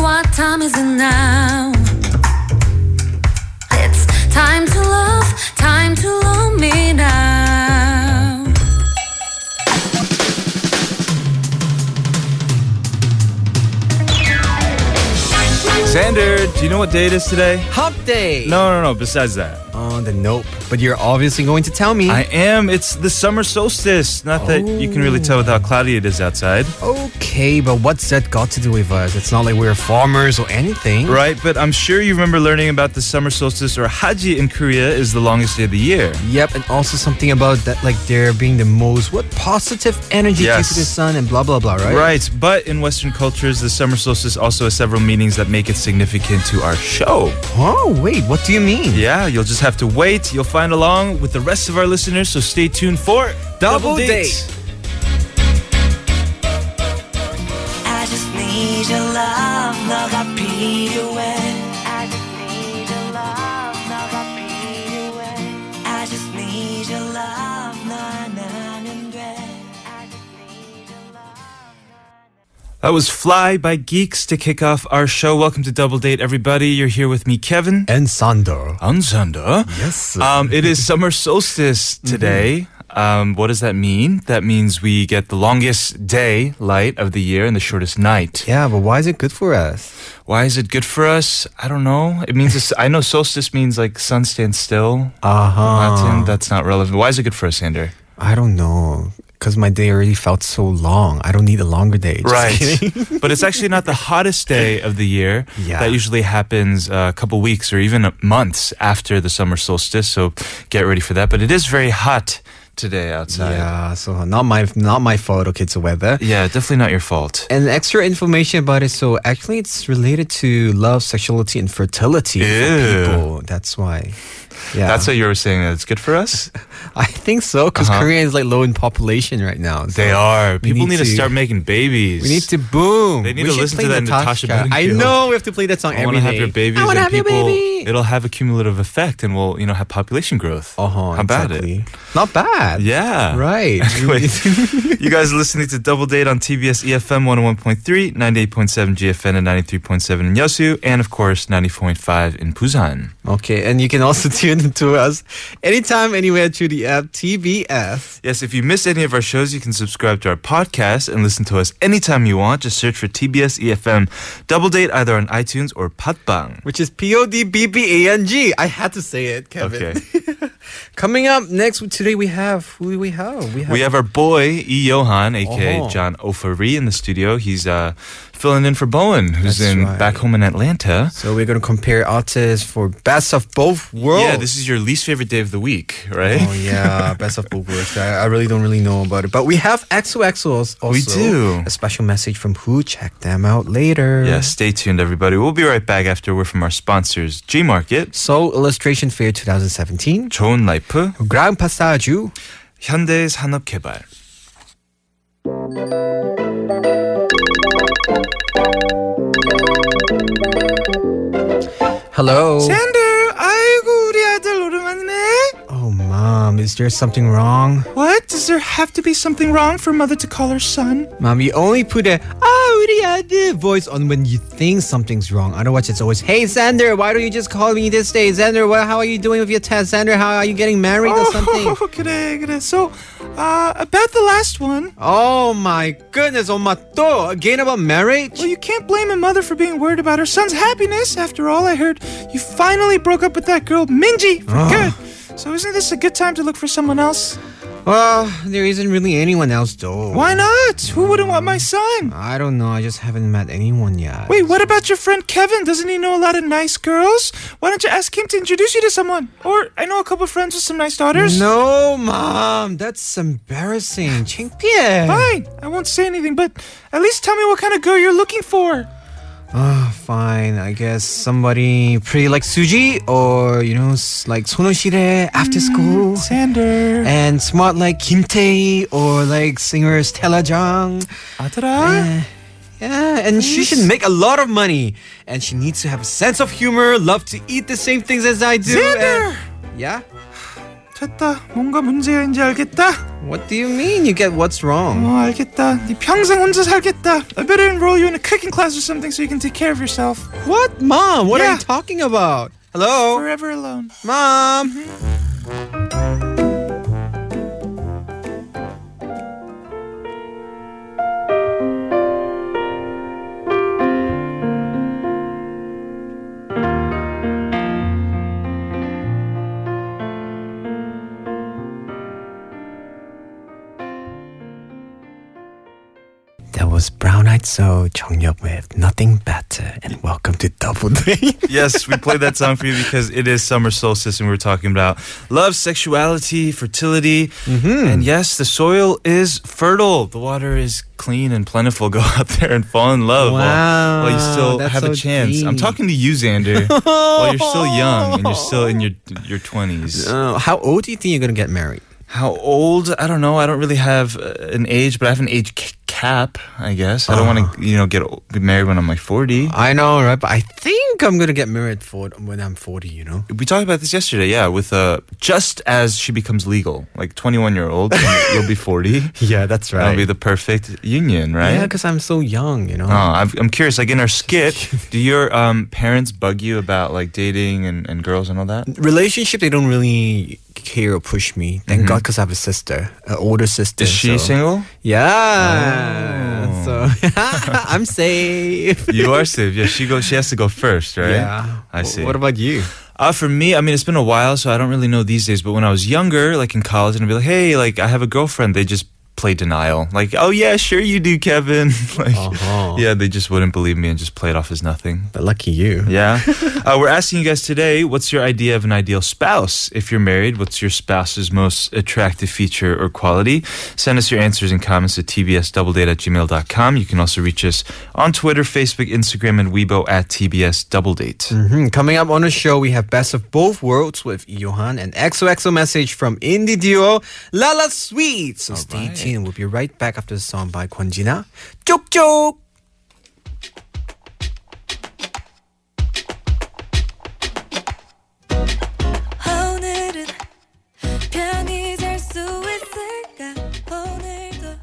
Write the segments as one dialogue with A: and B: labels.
A: What time is it now? It's time to love, time to love me now.
B: Xander, do you know what day it is today?
C: Hump Day.
B: No, no, no. Besides that,
C: Oh, the nope. But you're obviously going to tell me.
B: I am. It's the summer solstice. Not that you can really tell with how cloudy it is outside,
C: okay, but what's that got to do with us? It's not like we're farmers or anything.
B: right? But I'm sure you remember learning about the summer solstice or Haji in Korea is the longest day of the year.
C: Yep, and also something about that, like there being the most what positive energy due
B: Yes.
C: to the sun and blah blah blah, right?
B: Right, but in Western cultures, the summer solstice also has several meanings that make it significant to our show.
C: Oh wait, what do you mean?
B: Yeah, you'll just have to wait. You'll find along with the rest of our listeners, so stay tuned for
C: Double Date.
D: I just need your love, love I 필요해. I just need your love, love I 필요해. I just need your love, 너안 하면 돼. I just need your love.
B: That was Fly by Geeks to kick off our show. Welcome to Double Date, everybody. You're here with me, Kevin.
C: And Sandor.
B: Anzanda.
C: Yes. Mm-hmm.
B: Um, it is summer solstice today. Um, what does that mean? That means we get the longest day light of the year and the shortest night.
C: yeah, but why is it good for us?
B: Why is it good for us? I don't know. It means it's, I know solstice means like sun stands still.
C: Uh huh.
B: Latin, that's not relevant. Why is it good for us, Sander?
C: I don't know, cause my day already felt so long. I don't need a longer day. Just kidding.
B: right. but it's actually not the hottest day of the year.
C: Yeah.
B: That usually happens uh, a couple weeks or even months after the summer solstice. So get ready for that. But it is very hot today outside.
C: yeah. So not my not my fault. Okay, it's the weather.
B: Yeah, definitely not your fault.
C: And extra information about it. So actually, it's related to love, sexuality, and fertility
B: Ew.
C: for people. That's why. Yeah,
B: That's what you were saying that it's good for us.
C: I think so. Because
B: Uh-huh.
C: Korea is like low in population right now. so
B: They are.
C: we
B: People need, to,
C: to-
B: start making babies.
C: We need to boom.
B: They need
C: We
B: to
C: should
B: listen
C: play
B: to that Natasha
C: I
B: Bedingfield.
C: know we have to play that song
B: I
C: every
B: want
C: day.
B: to have your babies.
C: I want
B: and
C: to have
B: people,
C: your baby.
B: It'll have a cumulative effect, and we'll you know have population growth.
C: uh-huh,
B: How about it?
C: exactly. Not bad.
B: Yeah.
C: Right.
B: Anyway, you guys are listening to Double Date on TBS EFM 101.3, 98.7 GFN, and 93.7 in Yosu, and of course 90.5 in Busan.
C: okay, and you can also tune in to us anytime, anywhere through the app TBS.
B: Yes, if you miss any of our shows, you can subscribe to our podcast and listen to us anytime you want. Just search for TBS EFM E Double Date either on iTunes or Patbang.
C: Which is P O D B B A N G. I had to say it, Kevin.
B: Okay.
C: Coming up next today we have who do we have? We have
B: We have our boy E. Johan, aka
C: Oh.
B: John O'Faree, in the studio. He's uh, filling in for Bowen, who's
C: That's
B: in
C: right.
B: back home in Atlanta.
C: So we're gonna compare artists for best of both worlds.
B: Yeah, this is your least favorite day of the week, right?
C: Oh yeah, best of both worlds. I, I really don't really know about it, but we have XOXOs also.
B: We do.
C: a special message from who. Check them out later.
B: Yeah, stay tuned, everybody. We'll be right back after we're from our sponsors, G Market,
C: So illustration fair 2017.
B: 좋은 라이프,
C: Ground Passage.
B: 현대 산업 개발.
C: Hello.
B: 샌들, 아이고 우리 아들 오랜만이네.
C: Oh mom, is there something wrong?
B: What? Does there have to be something wrong for mother to call her son?
C: Mom, you only put a "Ah, 우리 아들" voice on when you think something's wrong. Otherwise, it's always "Hey, Xander, why don't you just call me this day? Xander, what, how are you doing with your test? Xander, how are you getting married
B: Oh.
C: or something?"
B: 그래, 그래. So, uh, about the last one,
C: Oh my goodness, oh my god, again about marriage?
B: well, you can't blame a mother for being worried about her son's happiness. After all, I heard you finally broke up with that girl, Minji, for good. So, isn't this a good time to look for someone else?
C: Well, there isn't really anyone else though.
B: Why not? Who wouldn't want my son?
C: I don't know. I just haven't met anyone yet.
B: Wait, what about your friend Kevin? Doesn't he know a lot of nice girls? Why don't you ask him to introduce you to someone? Or I know a couple friends with some nice daughters.
C: No, mom, that's embarrassing. 창피해.
B: Fine, I won't say anything, but at least tell me what kind of girl you're looking for.
C: Ah, fine. I guess somebody pretty like Suji, or you know, s- like Sonoshire after school.
B: Sander.
C: and smart like Kim Tae or like singer Stella Jang.
B: Adara?
C: Yeah, and she should make a lot of money. And she needs to have a sense of humor, love to eat the same things as I do.
B: Xander!
C: and- yeah?
B: 됐다. 뭔가 문제가 있는지 알겠다.
C: What do you mean? You get what's wrong?
B: 어, 알겠다. 네 평생 혼자 살겠다. I better enroll you in a cooking class or something so you can take care of yourself.
C: What, mom? What are
B: Yeah.
C: you talking about? Hello,
B: Forever alone.
C: mom. That was Brown Eyed Soul, Chongyup with Nothing Better, and welcome to Double Date.
B: yes, we played that song for you because it is summer solstice and we were talking about love, sexuality, fertility.
C: Mm-hmm.
B: And yes, the soil is fertile. The water is clean and plentiful. Go out there and fall in love while, while you
C: Wow,
B: still
C: that's
B: have
C: so
B: a chance. I'm
C: deep.
B: talking to you, Xander, while you're still young and you're still in your your 20s.
C: Uh, how old do you think you're gonna get married?
B: How old? I don't know. I don't really have uh, an age, but I have an age c- cap, I guess. I don't
C: Oh.
B: want to, you know, get o- be married when I'm like 40.
C: I know, right? But I think I'm gonna get married for when I'm 40. You know.
B: We talked about this yesterday, yeah, with uh, just as she becomes legal, like 21 year old, and you'll be 40.
C: Yeah, that's
B: That'll be the perfect union, right?
C: Yeah, because I'm so young. You know.
B: Oh, I've, I'm curious. Like in our skit, do your um, parents bug you about like dating and, and girls and all that?
C: Relationship, they don't really care or push me. Thank God, because I have a sister, an older sister.
B: Mm-hmm. Is she
C: so-
B: single?
C: Yeah.
B: Oh.
C: So I'm safe.
B: You are safe. Yeah, she goes. She has to go first, right?
C: Yeah.
B: I
C: Wh-
B: see.
C: What about you?
B: Uh, for me, I mean, it's been a while, so I don't really know these days. But when I was younger, like in college, and I'd be like, hey, like, I have a girlfriend, they just play denial. Like, oh, yeah, sure you do, Kevin. like,
C: Uh-huh.
B: yeah, they just wouldn't believe me and just play it off as nothing.
C: But lucky you.
B: Yeah. uh, we're asking you guys today what's your idea of an ideal spouse? If you're married, what's your spouse's most attractive feature or quality? Send us your answers and comments at tbsdoubledate at gmail.com. You can also reach us on Twitter, Facebook, Instagram, and Weibo at tbsdoubledate.
C: Mhm. Coming up on the show, we have Best of Both Worlds with Johan and XOXO message from indie duo Lala Sweet. So stay tuned. We'll be right back after the song by Kwonjina. Chok chok!
A: 오늘은 편히 잘 수 있을까 오늘도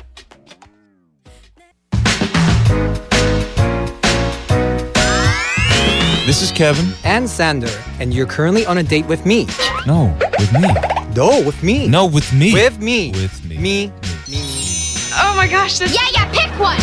B: This is Kevin.
C: And Sander, and you're currently on a date with me.
B: No, with me.
C: No, with me.
B: No, with me.
C: with me.
B: With me.
C: Me.
E: Oh my gosh, this
F: Yeah, yeah, pick one.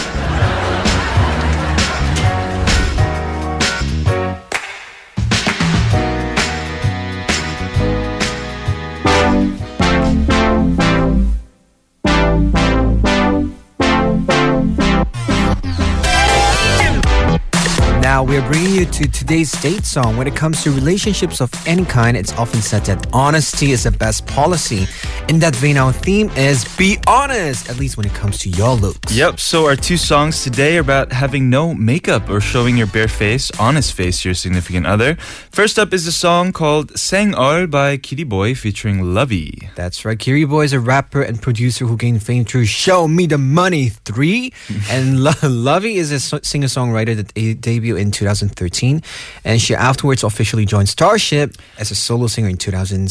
C: Now we're bringing you to today's date song. When it comes to relationships of any kind, it's often said that honesty is the best policy. In that vein, our theme is be honest, at least when it comes to your looks.
B: Yep, so our two songs today are about having no makeup or showing your bare face, honest face, to your significant other. First up is a song called Sang All by Kitty Boy featuring Lovey.
C: That's right. Kiri Boy is a rapper and producer who gained fame through Show Me the Money 3. and Lo- Lovey is a so- singer songwriter that de- debuted in 2013. And she afterwards officially joined Starship as a solo singer in 2016.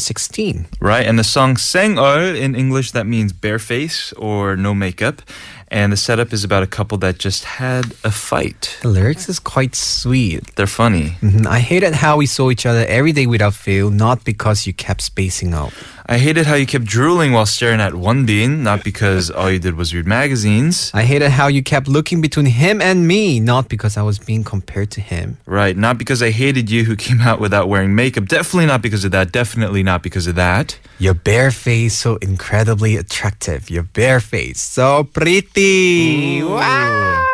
B: Right, and the song Sang All in English that means bare face or no makeup. And the setup is about a couple that just had a fight.
C: The lyrics is quite sweet.
B: They're funny.
C: Mhm. I hated how we saw each other every day without fail, not because you kept spacing out.
B: I hated how you kept drooling while staring at one bean, not because all you did was read magazines.
C: I hated how you kept looking between him and me, not because I was being compared to him.
B: Right. Not because I hated you who came out without wearing makeup. Definitely not because of that. Definitely not because of that.
C: Your bare face so incredibly attractive. Your bare face so pretty. Wow.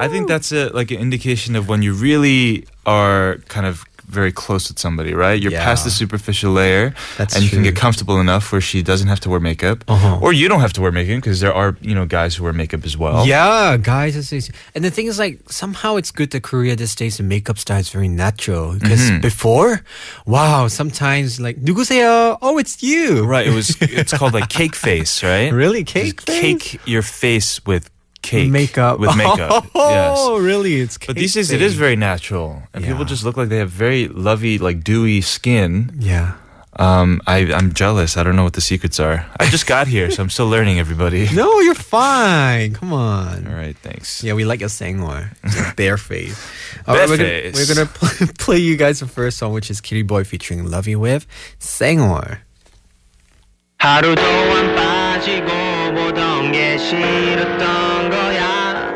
B: I think that's a like an indication of when you really are kind of very close with somebody, right? You're
C: Yeah.
B: past the superficial layer
C: That's
B: and you can
C: true.
B: get comfortable enough where she doesn't have to wear makeup
C: Uh-huh.
B: or you don't have to wear makeup because there are, you know, guys who wear makeup as well.
C: Yeah, guys. It's, it's- and the thing is, like, somehow it's good that Korea these days the makeup style is very natural.
B: Mm-hmm.
C: Because before, wow, sometimes like 누구세요? Oh, it's you.
B: Right. It was it's called like cake face, right?
C: Really,
B: Just
C: cake face?
B: cake your face with cake.
C: Makeup
B: With makeup. yes.
C: Oh, really? It's
B: But these days it is
C: cake-based.
B: very natural, and people
C: Yeah.
B: just look like they have very lovey, like dewy skin.
C: yeah.
B: Um, I, I'm jealous. I don't know what the secrets are. I just got here, so I'm still learning, everybody.
C: No, you're fine. Come on.
B: All right, thanks.
C: Yeah, we like your sangor. Bare face.
B: Bare
C: we're
B: face.
C: Gonna, we're gonna pl- play you guys the first song, which is Kitty Boy featuring Lovey with Sangor.
F: 하루 동안 빠지고 보던 게 싫었던 거야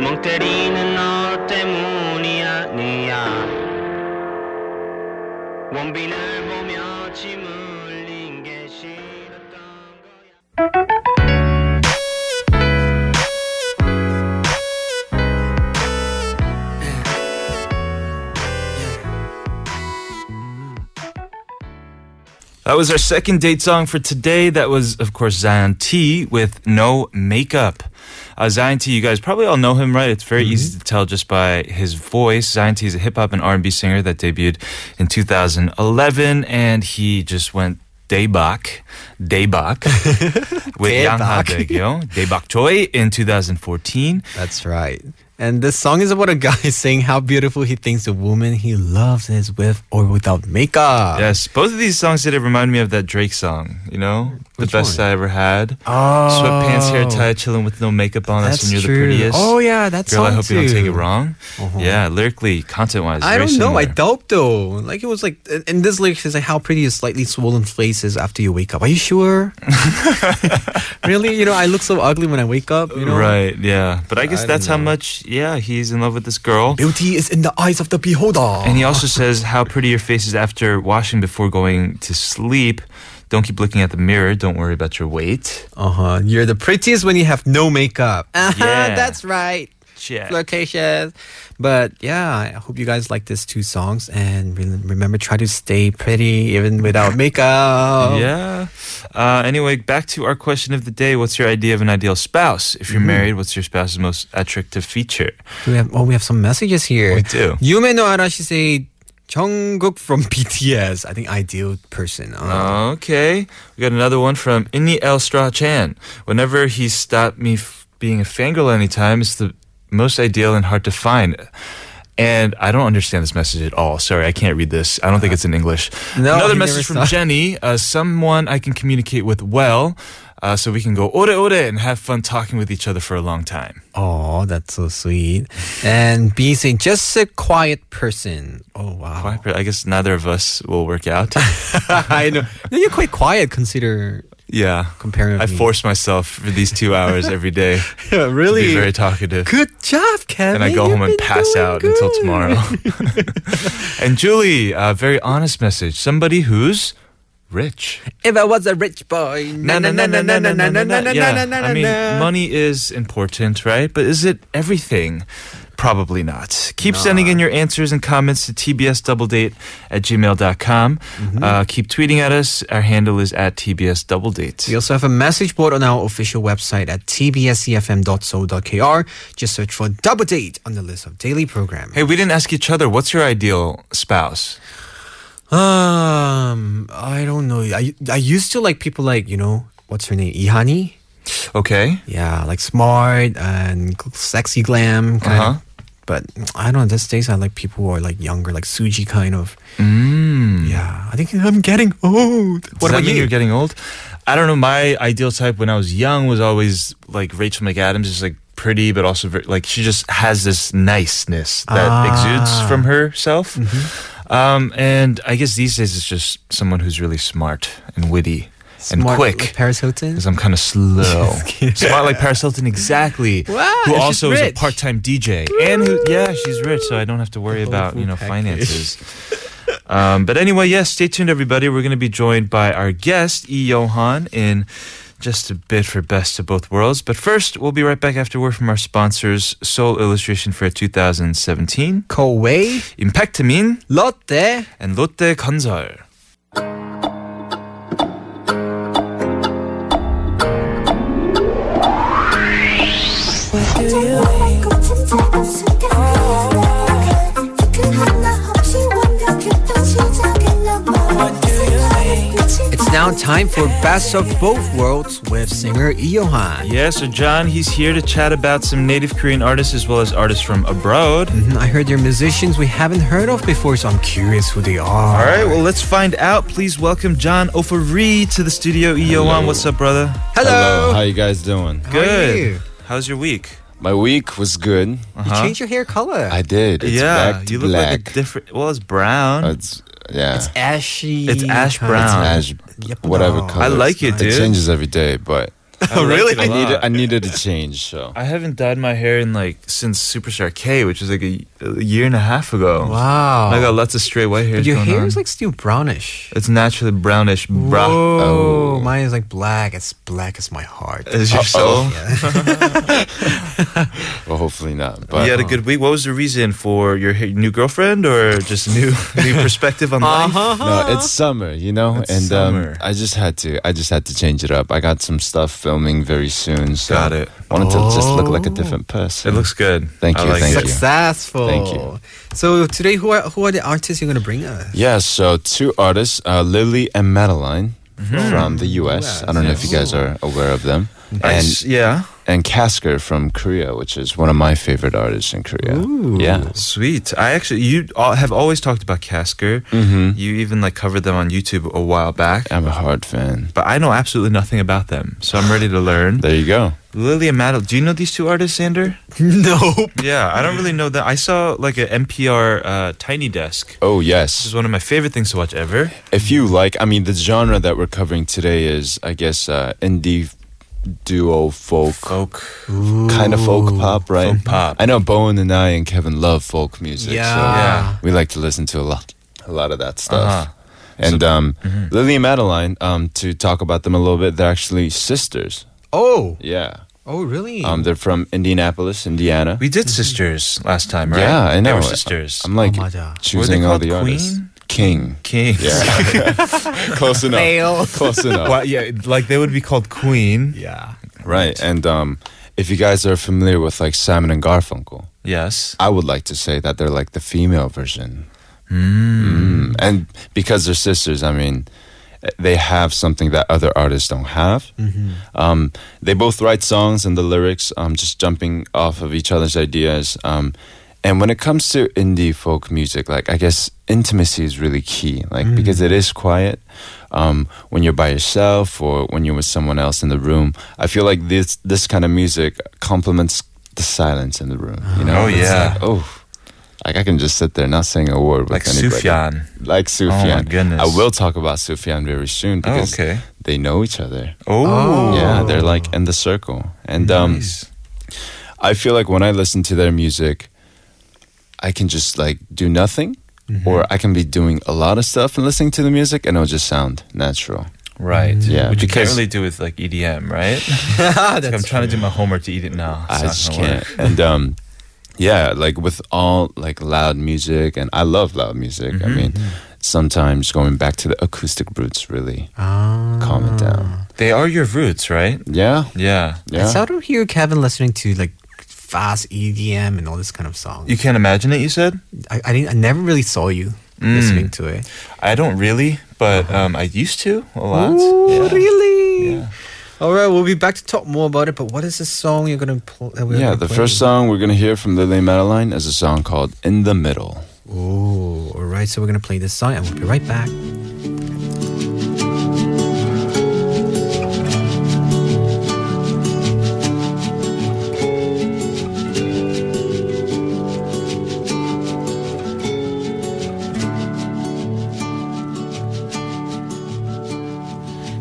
F: 멍 때리는 너 때문이 아니야 원빈을 보며 짐을 흘린 게 싫었던 거야
B: That was our second date song for today. That was, of course, Zion T with No Makeup. Uh, Zion T, you guys probably all know him, right? It's very easy to tell just by his voice. Zion T is a hip hop and R&B singer that debuted in 2011, and he just went daebak, daebak with Yang Ha
C: Daebak.
B: Baekyo, daebak Choi in 2014.
C: That's right. And this song is about a guy saying how beautiful he thinks the woman he loves is with or without makeup.
B: Yes, both of these songs did it remind me of that Drake song, you know?
C: Which
B: the best
C: one?
B: I ever had.
C: Oh,
B: Sweatpants, hair tied, chilling with no makeup on. That's,
C: That's
B: when you're
C: true.
B: the prettiest.
C: Oh yeah, that's
B: Girl, I hope
C: too.
B: you don't take it wrong.
C: Uh-huh.
B: Yeah, lyrically, content wise.
C: I don't know. I doubt though. Like it was like, and- and this lyric is like, "How pretty is slightly swollen faces after you wake up." Are you sure? really? You know, I look so ugly when I wake up. You know,
B: Right, yeah. But I guess
C: I
B: that's
C: don't
B: how
C: know.
B: much, yeah, he's in love with this girl.
C: Beauty is in the eyes of the beholder.
B: And he also says how pretty your face is after washing before going to sleep. Don't keep looking at the mirror. Don't worry about your weight.
C: uh huh. You're the prettiest when you have no makeup. Uh-huh,
B: Yeah.
C: That's right.
B: Check.
C: flirtatious. But yeah, I hope you guys like these two songs and re- remember try to stay pretty even without makeup.
B: Yeah. Uh, anyway, back to our question of the day. What's your idea of an ideal spouse? If you're
C: Mm-hmm.
B: married, what's your spouse's most attractive feature?
C: Do we have oh we have some messages here.
B: We do.
C: Yume no Arashi say Jungkook from BTS. I think ideal person. Uh,
B: Okay. We got another one from Inni El Straw Chan. Whenever he stopped me f- being a fangirl anytime, it's the most ideal and hard to find. And I don't understand this message at all. Sorry, I can't read this. I don't think it's in English.
C: No,
B: another
C: he
B: message
C: never
B: from
C: saw-
B: Jenny. Uh, someone I can communicate with well, uh, so we can go ore ore and have fun talking with each other for a long time.
C: oh, that's so sweet. And B saying just a quiet person. Oh wow.
B: Quiet per- I guess neither of us will work out.
C: I know. No, you're quite quiet consider
B: yeah,
C: comparing
B: I
C: with me.
B: force myself for these two hours every day to
C: really
B: be very talkative.
C: Good job, Kevin.
B: and I go
C: You've
B: home and
C: been
B: pass
C: doing
B: out until
C: good.
B: tomorrow. and Julie, a very honest message. Somebody who's rich.
C: If I was a rich boy, na na na na na na na na na na na
B: Yeah,
C: na
B: I mean,
C: na.
B: money is important, right? But is it everything? Probably not. Keep sending in your answers and comments to tbsdoubledate at gmail.com.
C: Mm-hmm.
B: Uh, keep tweeting at us. Our handle is at tbsdoubledate.
C: We also have a message board on our official website at tbscfm.so.kr. Just search for Double Date on the list of daily program.
B: Hey, we didn't ask each other, what's your ideal spouse?
C: Um, I don't know. I I used to like people like you know what's her name, Ihani.
B: Okay.
C: Yeah, like smart and gl- sexy glam kind.
B: Uh-huh.
C: Of. But I don't know. These days, I like people who are like younger, like Suji kind of.
B: Mm.
C: Yeah, I think I'm getting old.
B: What Does that mean you? are getting old? I don't know. My ideal type when I was young was always like Rachel McAdams, just like pretty, but also very, like she just has this niceness that exudes from herself. Um, and I guess these days it's just someone who's really smart and witty and
C: Smart
B: quick.
C: like Paris Hilton.
B: because I'm kind of slow. Smart like Paris Hilton, exactly.
C: Wow,
B: who
C: and she's
B: also is a
C: rich.
B: part-time DJ, and who, yeah, she's rich, so I don't have to worry about you know finances.
C: package.
B: um, but anyway, yes, stay tuned, everybody. We're going to be joined by our guest E Johan in just a bit for best of both worlds. But first, we'll be right back after word from our sponsors: Soul Illustration Fair 2017,
C: Koei,
B: Impactamin,
C: Lotte.
B: and Lotte Konzol.
A: It's
C: now time for Best of Both Worlds with singer Iyohan.
B: Yeah, so John, he's here to chat about some native Korean artists as well as artists from abroad.
C: Mhm, I heard they're musicians we haven't heard of before, so I'm curious who they are.
B: All right, well, let's find out. Please welcome John Ofori to the studio. Iyoan, what's up, brother?
C: Hello.
G: How you guys doing?
C: How are
B: Good.
C: you?
B: How's your week?
G: My week was good.
C: You
B: Uh-huh.
C: changed your hair color.
G: I did. It's
B: yeah,
G: back to
B: you look
G: black.
B: like a different. Well, it's brown.
G: Uh, It's yeah. It's
C: ashy.
B: It's ash
C: kind of-
B: brown.
G: ash,
C: Yep, Oh.
G: whatever
C: no.
G: color.
B: I like it,
G: It
B: dude.
G: changes every day, but
B: I
C: Oh,
B: like
G: really,
B: it a
G: I needed
B: lot.
G: I needed a change. So
B: I haven't dyed my hair in like since Superstar K, which is like a, a year and a half ago.
C: Wow.
B: I got lots of straight white hair.
C: But your hair is like still brownish.
B: it's naturally brownish, bruh.
C: Whoa,
G: Oh.
C: mine is like black. As black as my heart.
B: Is your soul?
G: well, hopefully not. But
B: you had a good week. What was the reason for your ha- new girlfriend or just new new perspective on life?
G: no, it's summer, you know,
B: It's
G: and
B: summer.
G: Um, I just had to I just had to change it up. I got some stuff filming very soon, so
B: Got it.
G: wanted to just look like a
C: Oh.
G: different
B: It
G: person.
B: looks good.
G: Thank
B: I
G: you,
B: like
G: thank
B: it.
G: you.
C: Successful.
G: Thank you.
C: So today, who are who are the artists you're gonna bring us?
G: Yeah, so two artists, uh, Lily and Madeline from the US. I don't know if you guys are aware of them.
B: I
G: And
B: s- yeah,
G: and Kasker from Korea, which is one of my favorite artists in Korea. Yeah.
B: sweet. I actually you all have always talked about Casker.
G: Mm-hmm.
B: You even like covered them on YouTube a while back.
G: I'm a hard fan.
B: But I know absolutely nothing about them, so I'm ready to learn.
G: There you go.
B: Lily and Madeline, do you know these two artists, Sander?
C: Nope.
B: Yeah, I don't really know that. I saw like a NPR uh, Tiny Desk.
G: Oh,
B: This
G: yes.
B: is one of my favorite things to watch ever.
G: If you like, I mean, the genre that we're covering today is, I guess, uh, indie duo folk,
B: Folk.
G: kind of folk pop, right?
B: Folk pop.
G: I know Bowen and I and Kevin love folk music.
C: Yeah.
G: So
B: Yeah.
G: we like to listen to a lot, a lot of that stuff.
B: Uh-huh. mm-hmm.
G: And um, Lily and Madeline, um, to talk about them a little bit, they're actually sisters.
C: Oh.
G: Yeah.
C: Oh, really?
G: Um, they're from Indianapolis, Indiana.
B: We did sisters last time, right?
G: Yeah, I know.
B: They were sisters.
G: I'm like
C: Oh, 맞아.
G: choosing all
B: called?
G: the artists.
B: Queen?
G: King.
B: King.
G: Yeah. Close enough.
C: Fail.
G: Close enough.
B: Well, yeah, like they would be called Queen.
C: yeah.
G: Right. And um, if you guys are familiar with like Simon and Garfunkel,
B: Yes.
G: I would like to say that they're like the female version. Mm. And because they're sisters, I mean, they have something that other artists don't have.
B: Mm-hmm.
G: Um, they both write songs and the lyrics, um, just jumping off of each other's ideas. Um, and when it comes to indie folk music, like I guess intimacy is really key, like
B: Mm.
G: because it is quiet. Um, when you're by yourself or when you're with someone else in the room, I feel like this this kind of music complements the silence in the room. You know?
B: Oh,
G: It's
B: yeah.
G: like, oh, like I can just sit there not saying a word with
B: Like
G: anybody.
B: Sufjan.
G: Like
B: Oh
G: Sufjan.
B: goodness.
G: I will talk about Sufjan very soon
B: Oh,
G: because
B: okay.
G: they know each other.
B: Oh.
G: Yeah, they're like in the circle. And um, I feel like when I listen to their music, I can just like do nothing.
B: Mm-hmm.
G: Or I can be doing a lot of stuff and listening to the music, and it'll just sound natural.
B: Right.
G: Yeah,
B: Which you can't
G: because-
B: really do with like EDM, right? Like, I'm trying to do my homework to eat it now. It's
G: I
B: not
G: just
B: gonna
G: can't.
B: work.
G: And um, yeah, like with all like loud music, and I love loud music.
B: Mm-hmm,
G: I mean, sometimes going back to the acoustic roots really
B: Ah.
G: calm it down.
B: They are your roots, right?
G: Yeah,
B: Yeah.
G: yeah.
C: It's out of here, Kevin, listening to like fast EDM and all this kind of song.
B: You can't imagine it, you said?
C: I, I didn't. I never really saw you
G: Mm.
C: listening to it.
B: I don't really, but
G: Uh-huh.
B: um, I used to a lot.
C: Ooh,
B: Yeah.
C: really?
B: Yeah.
C: All right, we'll be back to talk more about it. But what is the song you're gonna pl- that we're
G: yeah,
C: gonna
G: the
C: play?
G: first song we're gonna hear from Lily Madeline is a song called "In the Middle."
C: Oh, all right. So we're gonna play this song, and we'll be right back.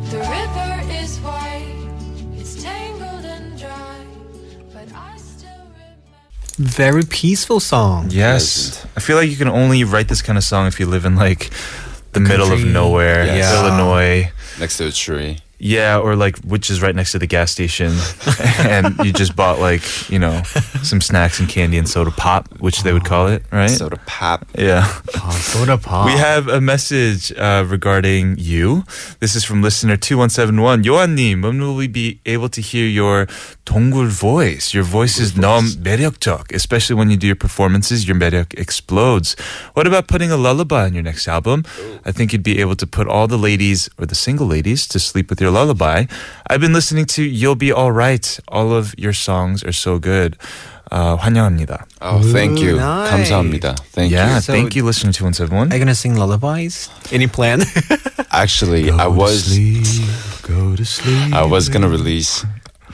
H: The river is white, it's tangled and dry, but I still remember.
C: Very peaceful song.
B: Yes. I feel like you can only write this kind of song if you live in like the middle of
C: Country.
B: nowhere,
G: Yes.
B: Illinois.
G: Next to a tree.
B: Yeah, or like which is right next to the gas station, and you just bought like you know some snacks and candy and soda pop, which they would call it, right?
G: Soda pop.
B: Yeah.
C: Oh, soda pop.
B: We have a message uh, regarding you. This is from listener 2171. Yoan님, when will we be able to hear your 동굴 voice? Your voice is numb 매력적, especially when you do your performances, your 매력 explodes. What about putting a lullaby on your next album? I think you'd be able to put all the ladies or the single ladies to sleep with your lullaby. I've been listening to You'll Be Alright. All of your songs are so good. Uh, 환영합니다.
G: Oh, thank you.
C: nice.
G: 감사합니다. Thank
B: yeah,
G: you.
C: So-
B: thank you, listener 2171.
C: Are you gonna sing lullabies? Any plan?
G: Actually, I was
B: go to sleep.
G: I was gonna release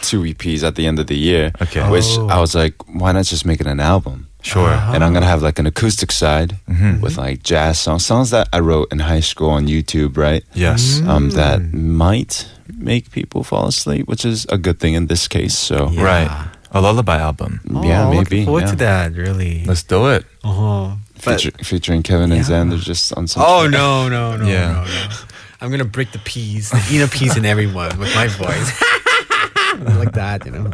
G: two EPs at the end of the year.
B: Okay.
G: Which
C: Oh.
G: I was like, why not just make it an album?
B: Sure.
G: And I'm gonna have like an acoustic side
B: Mm-hmm.
G: with like jazz songs, songs that I wrote in high school on YouTube, right?
B: Yes. Uh,
G: Um, that
B: Mm.
G: might make people fall asleep, which is a good thing in this case. So
C: Yeah.
B: Right. A lullaby album.
G: yeah,
C: Oh, Looking
G: maybe
C: forward
G: yeah.
C: to that. Really.
B: Let's do it.
C: Uh-huh. But-
G: Feature, featuring Kevin and
C: Yeah.
G: Zan, they're just on some.
C: oh no no no
B: Yeah.
C: no no! I'm gonna break the peas, the inner peas in everyone with my voice. like that, you know.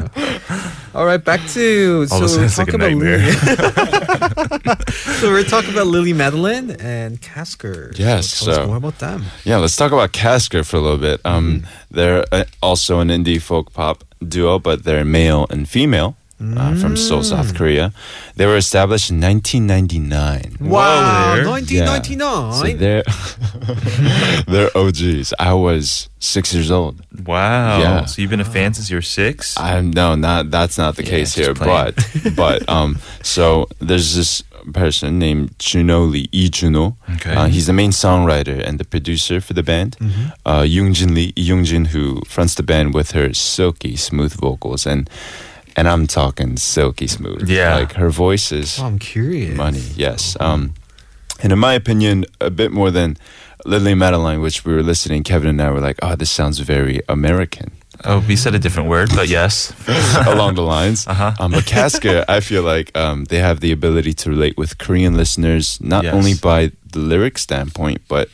C: All right, back to
B: All of a sudden
C: so we're
B: it's like
C: talking
B: a
C: about Lily. so we're talking about Lily Madeline and Casker.
G: Yes,
C: so tell us
G: so-
C: more about them.
G: Yeah, let's talk about Casker for a little bit. Um,
C: Mm-hmm.
G: They're uh, also an indie folk pop duo, but they're male and female uh, from
C: Mm.
G: Seoul, South Korea. They were established in 1999.
C: Wow,
B: there.
G: So
C: 1999.
G: they're they're OGs. I was six years old.
B: Wow.
G: Yeah.
B: So you've been a fan since you were six?
G: I'm no, not that's not the
B: Yeah,
G: case
B: just
G: here.
B: playing.
G: But but um, so there's this person named Juno Lee, Lee Juno.
B: Okay. Mm-hmm.
G: Uh, he's the main songwriter and the producer for the band. Uh, Yoongjin Lee, Yoongjin, who fronts the band with her silky smooth vocals, and and I'm talking silky smooth.
B: Yeah.
G: like her voice is
C: oh, I'm curious.
G: money. Yes. Um, and in my opinion, a bit more than Lily Madeline, which we were listening. Kevin and I were like, oh, this sounds very American
B: oh, we said a different word, but yes.
G: along the lines. Um, but Casca, I feel like um, they have the ability to relate with Korean listeners, not
B: Yes.
G: only by the lyric standpoint, but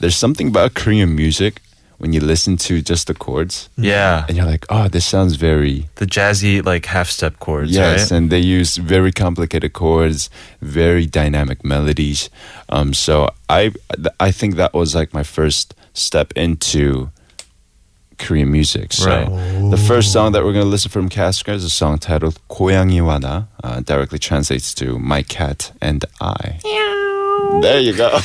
G: there's something about Korean music when you listen to just the chords
B: Yeah.
G: and you're like, oh, this sounds very.
B: The jazzy, like half step chords.
G: yes,
B: Right?
G: and they use very complicated chords, very dynamic melodies. Um, so I, th- I think that was like my first step into Korean music. So
B: Right.
G: the first song that we're going to listen from Casca is a song titled 고양이와나, uh, directly translates to "My Cat and I." There you go.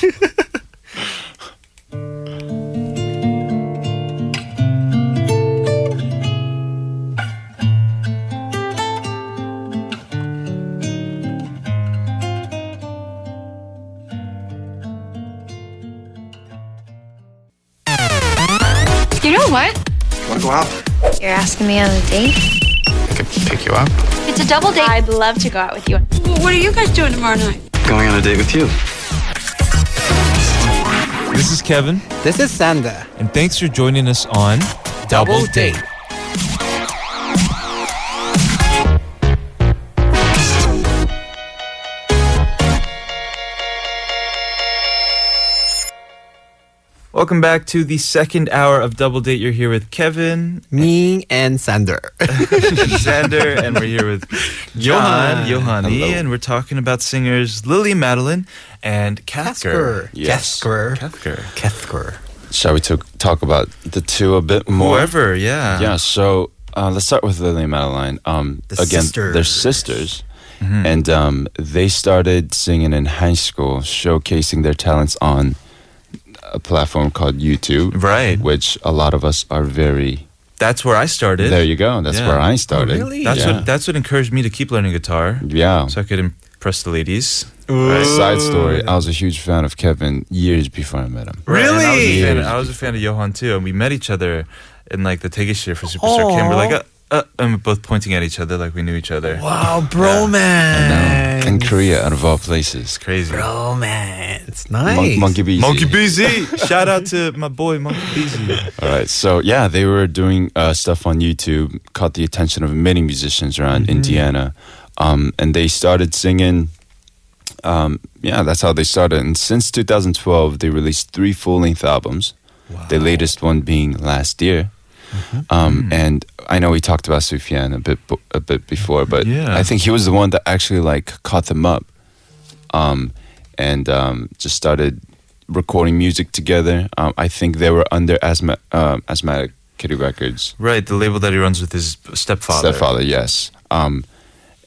E: You know what?
I: Want to go out?
J: You're asking me on a date?
I: I could pick you up.
J: It's a double date. I'd love to go out with you.
E: What are you guys doing tomorrow night?
I: Going on a date with you.
B: This is Kevin,
C: This is Sanda.
B: and thanks for joining us on Double, Date. Welcome back to the second hour of Double Date. You're here with Kevin
C: Me and Sander.
B: Xander, and we're here with Johan,
C: Johan.
B: Johanni,
G: Hello.
B: and we're talking about singers Lily Madeline and Kathker.
G: Yes.
C: Kasker.
B: Kathker.
C: Kasker.
G: Shall we to- talk about the two a bit more?
B: Whoever, yeah.
G: Yeah, so uh, let's start with Lily and Madeline. Um,
C: The
G: again, they're
C: sisters.
G: sisters.
B: Mm-hmm.
G: And um, they started singing in high school, showcasing their talents on a platform called YouTube,
B: Right.
G: which a lot of us are very.
B: That's where I started.
G: There you go. That's
B: Yeah.
G: where
B: Oh,
G: I started.
C: really?
B: That's
G: yeah.
B: what that's what encouraged me to keep learning guitar.
G: yeah.
B: So I could impress the ladies.
G: Side story. I was a huge fan of Kevin years before I met him.
B: Right, and I was, a
C: Really?
B: fan, I was a fan of Johan too, and we met each other in like the Tegishir for Superstar Kim. We're like, uh, uh, and we're both pointing at each other like we knew each other.
C: Wow, bromance.
G: In Korea, out of all places.
B: It's crazy.
C: Romance.
G: Mon-
C: Nice.
G: Monkey BZ.
B: Monkey BZ! Shout out to my boy Monkey BZ.
G: All right. So yeah, they were doing uh, stuff on YouTube, caught the attention of many musicians around Indiana, um, and they started singing. Um, yeah, that's how they started. And since 2012, they released three full-length albums. The latest one being last year, Um, And I know we talked about Sufjan a bit bo- a bit before, but
B: Yeah.
G: I think he was the one that actually like caught them up, um, and um, just started recording music together. Um, I think they were under asthma um asthmatic Kitty Records
B: Right, the label that he runs with his stepfather.
G: stepfather, yes. Um,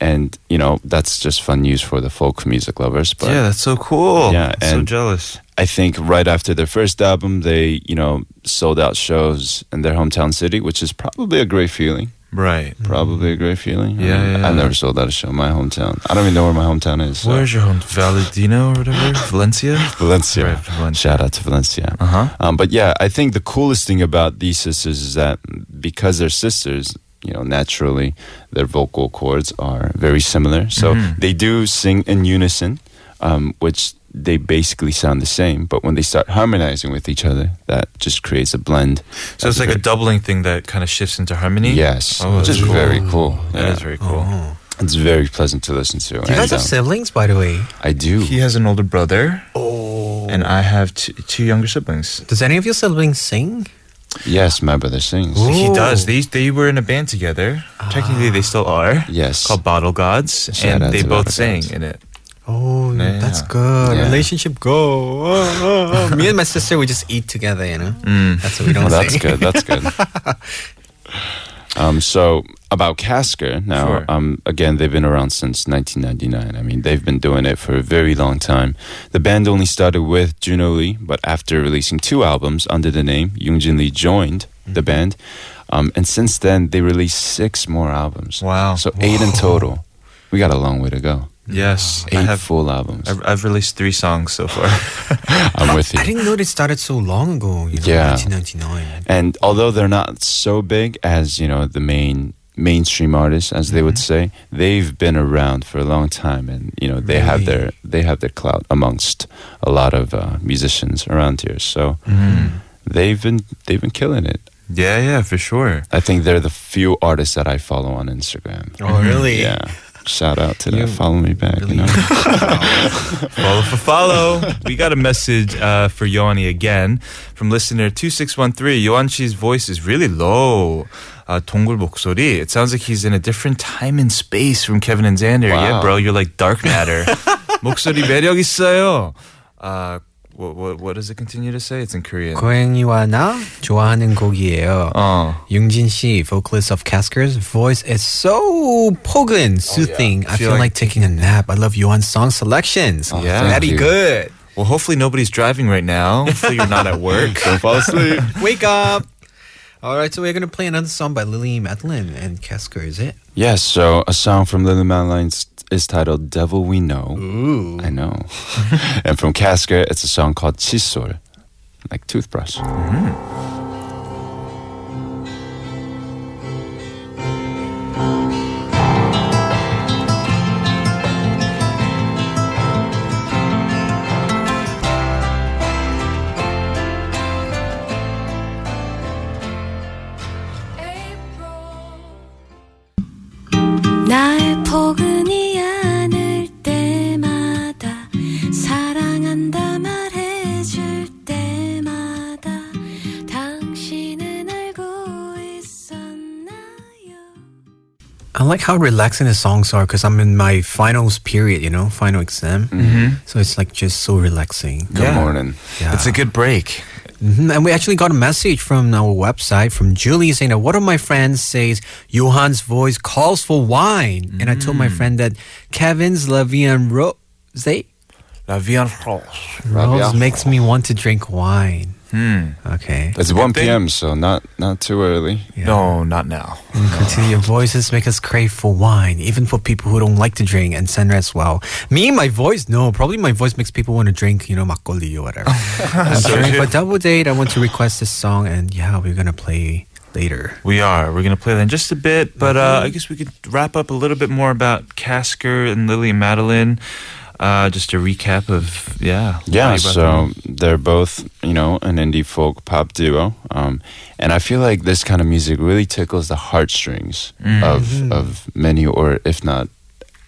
G: and you know that's just fun news for the folk music lovers. But
B: yeah, that's so cool.
G: Yeah,
B: I'm so
G: and-
B: jealous.
G: I think right after their first album, they you know sold out shows in their hometown city, which is probably a great feeling.
B: Right.
G: Probably a great feeling. I
B: Yeah,
G: mean,
B: yeah,
G: I
B: yeah.
G: never sold out a show in my hometown. I don't even know where my hometown is. so-
B: Where's your home? Valentino or whatever? Valencia?
G: Valencia.
B: Right, Valencia.
G: Shout out to Valencia.
B: Uh huh.
G: Um, but yeah, I think the coolest thing about these sisters is that because they're sisters, you know, naturally their vocal cords are very similar. So
B: Mm-hmm.
G: they do sing in unison, um, which they basically sound the same. But when they start harmonizing with each other, that just creates a blend.
B: So it's
G: That's
B: like a
G: very-
B: doubling thing that kind of shifts into harmony?
G: Yes,
B: Oh,
G: which
B: that's
G: is
B: cool.
G: very cool.
B: That is
G: Yeah.
B: very cool. Uh-huh.
G: It's very pleasant to listen
C: Do
G: to.
C: you guys
G: and,
C: have
G: um,
C: siblings, by the way?
G: I do.
B: He has an older brother. Oh. And I have two, two younger siblings.
C: Does any of your siblings sing?
G: Yes, my brother sings.
C: Ooh.
B: He does. They, they were in a band together. Technically, they still are.
G: Ah. Yes.
B: Called Bottle Gods.
G: Shout
B: and
G: out
B: they
G: to
B: both sang
G: Bottle Gods.
B: in it.
C: Oh,
B: Yeah.
C: that's good.
G: Yeah.
C: Relationship go. Oh, oh, oh. Me and my sister, we just eat together, you know? That's what we don't
G: Well, that's
C: sing.
G: good. That's good. um, so about Casker now.
B: Sure.
G: Um, again, they've been around since 1999. I mean, they've been doing it for a very long time. The band only started with Juno Lee, but after releasing two albums under the name Yoongjin Lee joined
B: Mm-hmm.
G: the band, um, and since then they released six more albums.
B: Wow.
G: So eight in total. We got a long way to go.
B: Yes.
G: Eight
B: I have.
G: full albums.
B: I've I've released three songs so far.
G: I'm with you.
C: I didn't know they started so long ago, you know,
G: Yeah.
C: 1999.
G: and although they're not so big as you know the main mainstream artists as they would
C: Mm-hmm.
G: say they've been around for a long time and you know they have
C: Really?
G: their they have their clout amongst a lot of uh, musicians around here so
C: Mm-hmm.
G: they've been they've been killing it
B: yeah, yeah, for sure.
G: i think they're the few artists that i follow on instagram
C: Oh, really?
G: yeah shout out to that
C: You
G: follow me back
C: really-
G: you know
B: Follow for follow. we got a message uh, for Yoani again from listener 2613. Yoanchi's voice is really low. Uh, 동굴 목소리. It sounds like he's in a different time and space from Kevin and Xander. Yeah,
G: Wow.
B: bro, you're like dark matter. 목소리 매력 있어요. Uh, what, what, what does it continue to say? It's in Korean.
C: 고양이와 나 좋아하는 곡이에요.
B: Oh.
C: Yoongjin Shi, vocalist of Casker's voice is so potent, soothing. I
B: Feel
C: feel,
B: like
C: like, taking a nap. I love Yuan's song selections.
B: Yeah.
C: that'd be
G: thank you.
C: good.
B: Well, hopefully nobody's driving right now. Hopefully you're not at work.
G: don't fall asleep
C: Wake up. All right, so we're gonna play another song by Lily Madeline and Casker. Is it?
G: Yes, so a song from Lily Madeline's is titled Devil We Know. Ooh. I know. and from Kasker, it's a song called Chisor, like toothbrush.
H: April.
A: 날 포근히 안을 때마다 사랑한다 말해줄 때마다 당신은 알고 있었나요?
C: I like how relaxing the songs are because I'm in my finals period. You know, final exam. Mm-hmm. So it's like just so relaxing.
B: Yeah.
G: Good morning.
C: Yeah.
B: It's a good break.
C: Mhm, And we actually got a message from our website from Julie saying that one of my friends says Johan's voice calls for wine. And I told my friend that Kevin's Lavian Rose
B: La vie en France.
C: Rose makes me want to drink wine. Okay.
G: It's
B: a good
G: 1
B: thing.
G: p.m., so not not too early.
C: Yeah.
B: No, not now.
C: Continue. Your voices make us crave for wine, even for people who don't like to drink, and Sandra as well. Me, my voice, no. Probably my voice makes people want to drink, you know, makgeolli or whatever. I'm
B: So
C: sorry,
B: true.
C: but double date, I want to request this song, and yeah, we're gonna play later.
B: We are. We're going to play that in just a bit, but uh, I guess we could wrap up a little bit more about Casker and Lily and Madeline. Uh, just a recap of, yeah. how
G: Yeah,
B: you brought them
G: so
B: in.
G: they're both, you know, an indie folk pop duo. Um, and I feel like this kind of music really tickles the heartstrings
B: Mm.
G: of, of many, or if not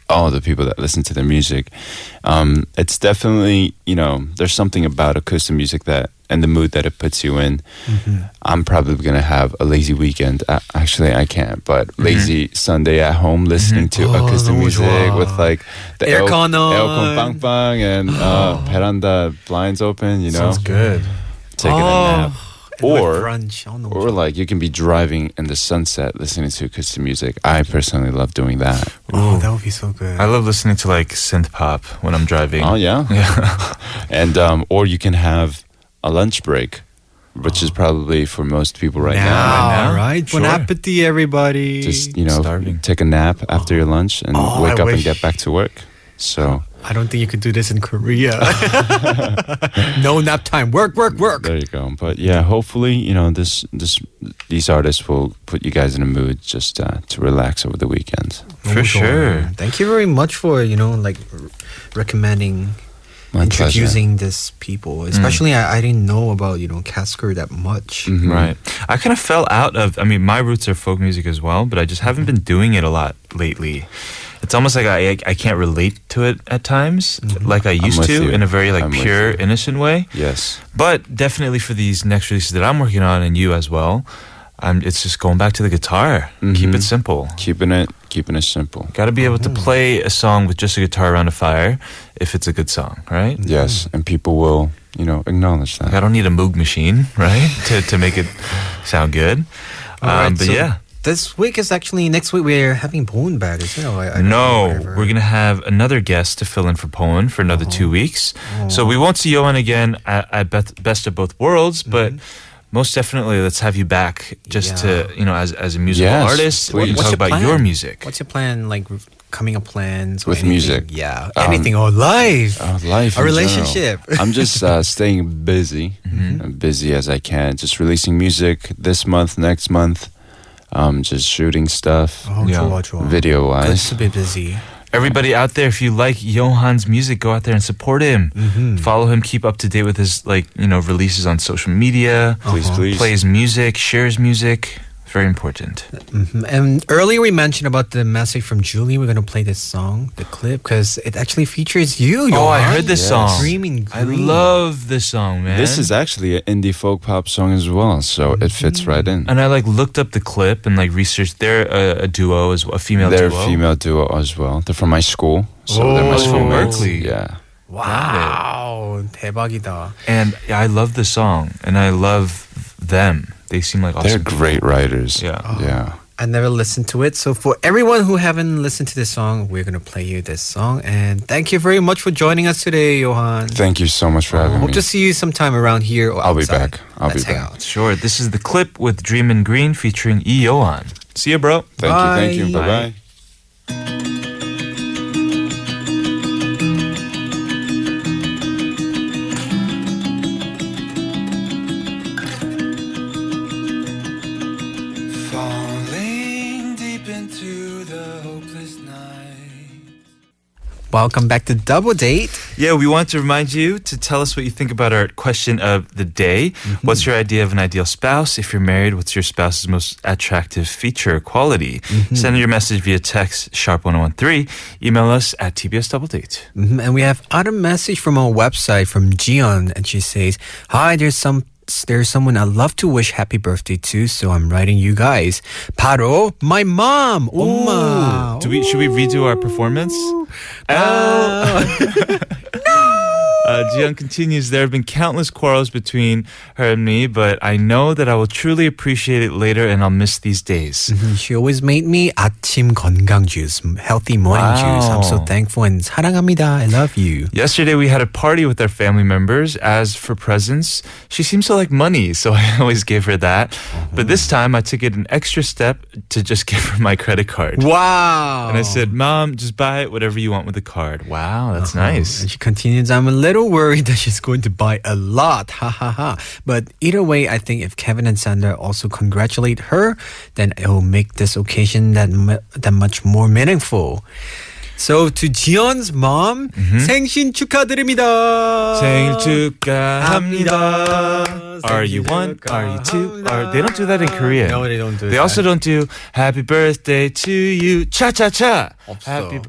G: all the people that listen to their music. Um, it's definitely, you know, there's something about acoustic music that and the mood that it puts you in. I'm probably going to have a lazy weekend. A- actually, I can't, but
B: Mm-hmm.
G: lazy Sunday at home listening to acoustic music with like the el-
C: Aircon
G: aircon
C: on.
G: bang bang and uh, veranda blinds open, you know.
C: Sounds good. Oh,
G: Taking a nap.
C: and like
G: Or-
C: brunch. I don't know
G: Or
C: what-
G: like you can be driving in the sunset listening to acoustic music. I personally love doing that.
C: oh, that would be so good.
B: I love listening to like synth pop when I'm driving.
G: Oh yeah,
B: Yeah.
G: and um, or you can have a lunch break, which is probably for most people right now.
B: now?
C: all right.
B: Sure.
C: Bon appetit, everybody.
G: Just you know,
B: Starving.
G: take a nap after your lunch and
C: Oh,
G: wake
C: I
G: up and
C: wish.
G: get back to work. So
C: I don't think you could do this in Korea. no nap time. Work, work, work.
G: there you go. But yeah, hopefully you know this this these artists will put you guys in a mood just uh, to relax over the weekend.
B: For sure.
C: Thank you very much for you know like r- recommending
G: My pleasure.
C: introducing
B: Mm.
C: this people. Especially I, I didn't know about you know Casker that much.
G: Mhm.
B: Right. I kind of fell out of. I mean, my roots are folk music as well, but I just haven't
G: Mm-hmm.
B: been doing it a lot lately. It's almost like I I, I can't relate to it at times, like I used
G: Mm-hmm. with
B: to,
G: you.
B: in a very like
G: I'm with
B: pure,
G: you.
B: innocent way.
G: Yes.
B: But definitely for these next releases that I'm working on, and you as well, I'm, it's just going back to the guitar. Keep it
G: Mhm.
B: simple.
G: Keeping it keeping it simple.
B: Got to be able to play a song with just a guitar around a fire if it's a good song, right?
G: Yes, and people will you know acknowledge that.
B: Like, I don't need a Moog machine, right, to, to make it sound good. Um,
C: Alright,
B: but
C: so
B: yeah,
C: This week is actually next week we're having Bone back, isn't it? Or I- I don't
B: no,
C: know, whatever.
B: we're gonna have another guest to fill in for Poland for another two
C: Oh.
B: weeks. So we won't see Johan again at, at Beth, Best of Both Worlds, but. Most definitely, let's have you back just
C: Mm-hmm. Yeah.
B: to, you know, as, as a musical
G: Yes,
B: artist. We can talk
G: please.
C: What's your
B: about
C: plan?
B: your music.
C: What's your plan like r- coming up plans or
G: With
C: anything?
G: music?
C: Yeah,
G: Um,
C: anything or life.
G: Uh, life,
C: A
G: in general.
C: relationship.
G: I'm just uh, staying busy, I'm busy as I can. Just releasing music this month, next month. Um, just shooting stuff,
C: oh,
B: yeah.
C: 좋아, 좋아.
G: video
C: Good
G: wise.
C: to be busy.
B: Everybody out there, if you like Johan's music, go out there and support him.
C: Mm-hmm.
B: Follow him, keep up to date with his like you know releases on social media.
C: Oh,
G: Please, please.
B: Plays music, shares music. Very important.
C: Mhm. And earlier we mentioned about the message from Julie. We're gonna play this song, the clip, because it actually features you.
B: Oh, I
C: Johan.
B: heard this
G: Yes.
B: song.
C: Dreaming
B: I
C: Green.
B: love this song, man.
G: This is actually an indie folk pop song as well, so it fits right in.
B: and I like looked up the clip and like researched. They're a, a duo as well, a female
G: They're
B: duo.
G: a female duo as well. They're from my school, so they're my
B: Oh.
G: schoolmates.
B: Berkeley.
G: Yeah,
C: Wow, 대박이다.
B: and yeah, I love the song, and I love them. They seem like awesome.
G: they're great writers.
B: Yeah.
G: yeah.
C: I never listened to it. So for everyone who haven't listened to this song, we're gonna play you this song. And thank you very much for joining us today, Johan.
G: Thank you so much for having
C: Hope
G: me.
C: to see you sometime around here or
G: I'll be
C: outside.
G: back. I'll
C: Let's
G: be
C: hang
G: back.
C: out.
B: Sure. This is the clip with Dreamin' Green featuring E. Johan. See ya, bro.
G: thank you, thank you.
C: Bye.
G: Bye bye.
F: Falling deep into the hopeless night.
C: Welcome back to Double Date.
B: Yeah, we want to remind you to tell us what you think about our question of the day.
G: Mm-hmm.
B: What's your idea of an ideal spouse? If you're married, what's your spouse's most attractive feature or quality?
G: Mm-hmm.
B: Send your message via text sharp1013. Email us at TBS Double Date.
C: Mhm, And we have other message from our website from Gion, and she says, "Hi, there's some." There's someone I love to wish happy birthday to, so I'm writing you guys. 바로 my mom, 엄마.
B: Do we should we redo our performance? L. Uh, Jiyoung continues, there have been countless quarrels between her and me, but I know that I will truly appreciate it later and I'll miss these days.
C: She always made me 아침 건강 juice, healthy morning juice. I'm so
B: Wow.
C: thankful and 사랑합니다. I love you.
B: Yesterday we had a party with our family members. As for presents, she seems to like money, so I always gave her that. But this time I took it an extra step to just give her my credit card.
C: Wow.
B: And I said, Mom, just buy it whatever you want with the card. Wow, that's nice.
C: And she continues, I'm a little worried that she's going to buy a lot. Ha ha ha. But either way, I think if Kevin and Sandra also congratulate her, then it will make this occasion that, mu- that much more meaningful. So to Jion's mom,
B: Mm-hmm.
C: 생신 축하드립니다.
B: Saying 축하합니다. Are you one? Are you two? Are they don't do that in Korea?
C: No, they don't do
B: They
C: that.
B: also don't do Happy Birthday to you, cha cha cha.
C: 없어.
B: Happy.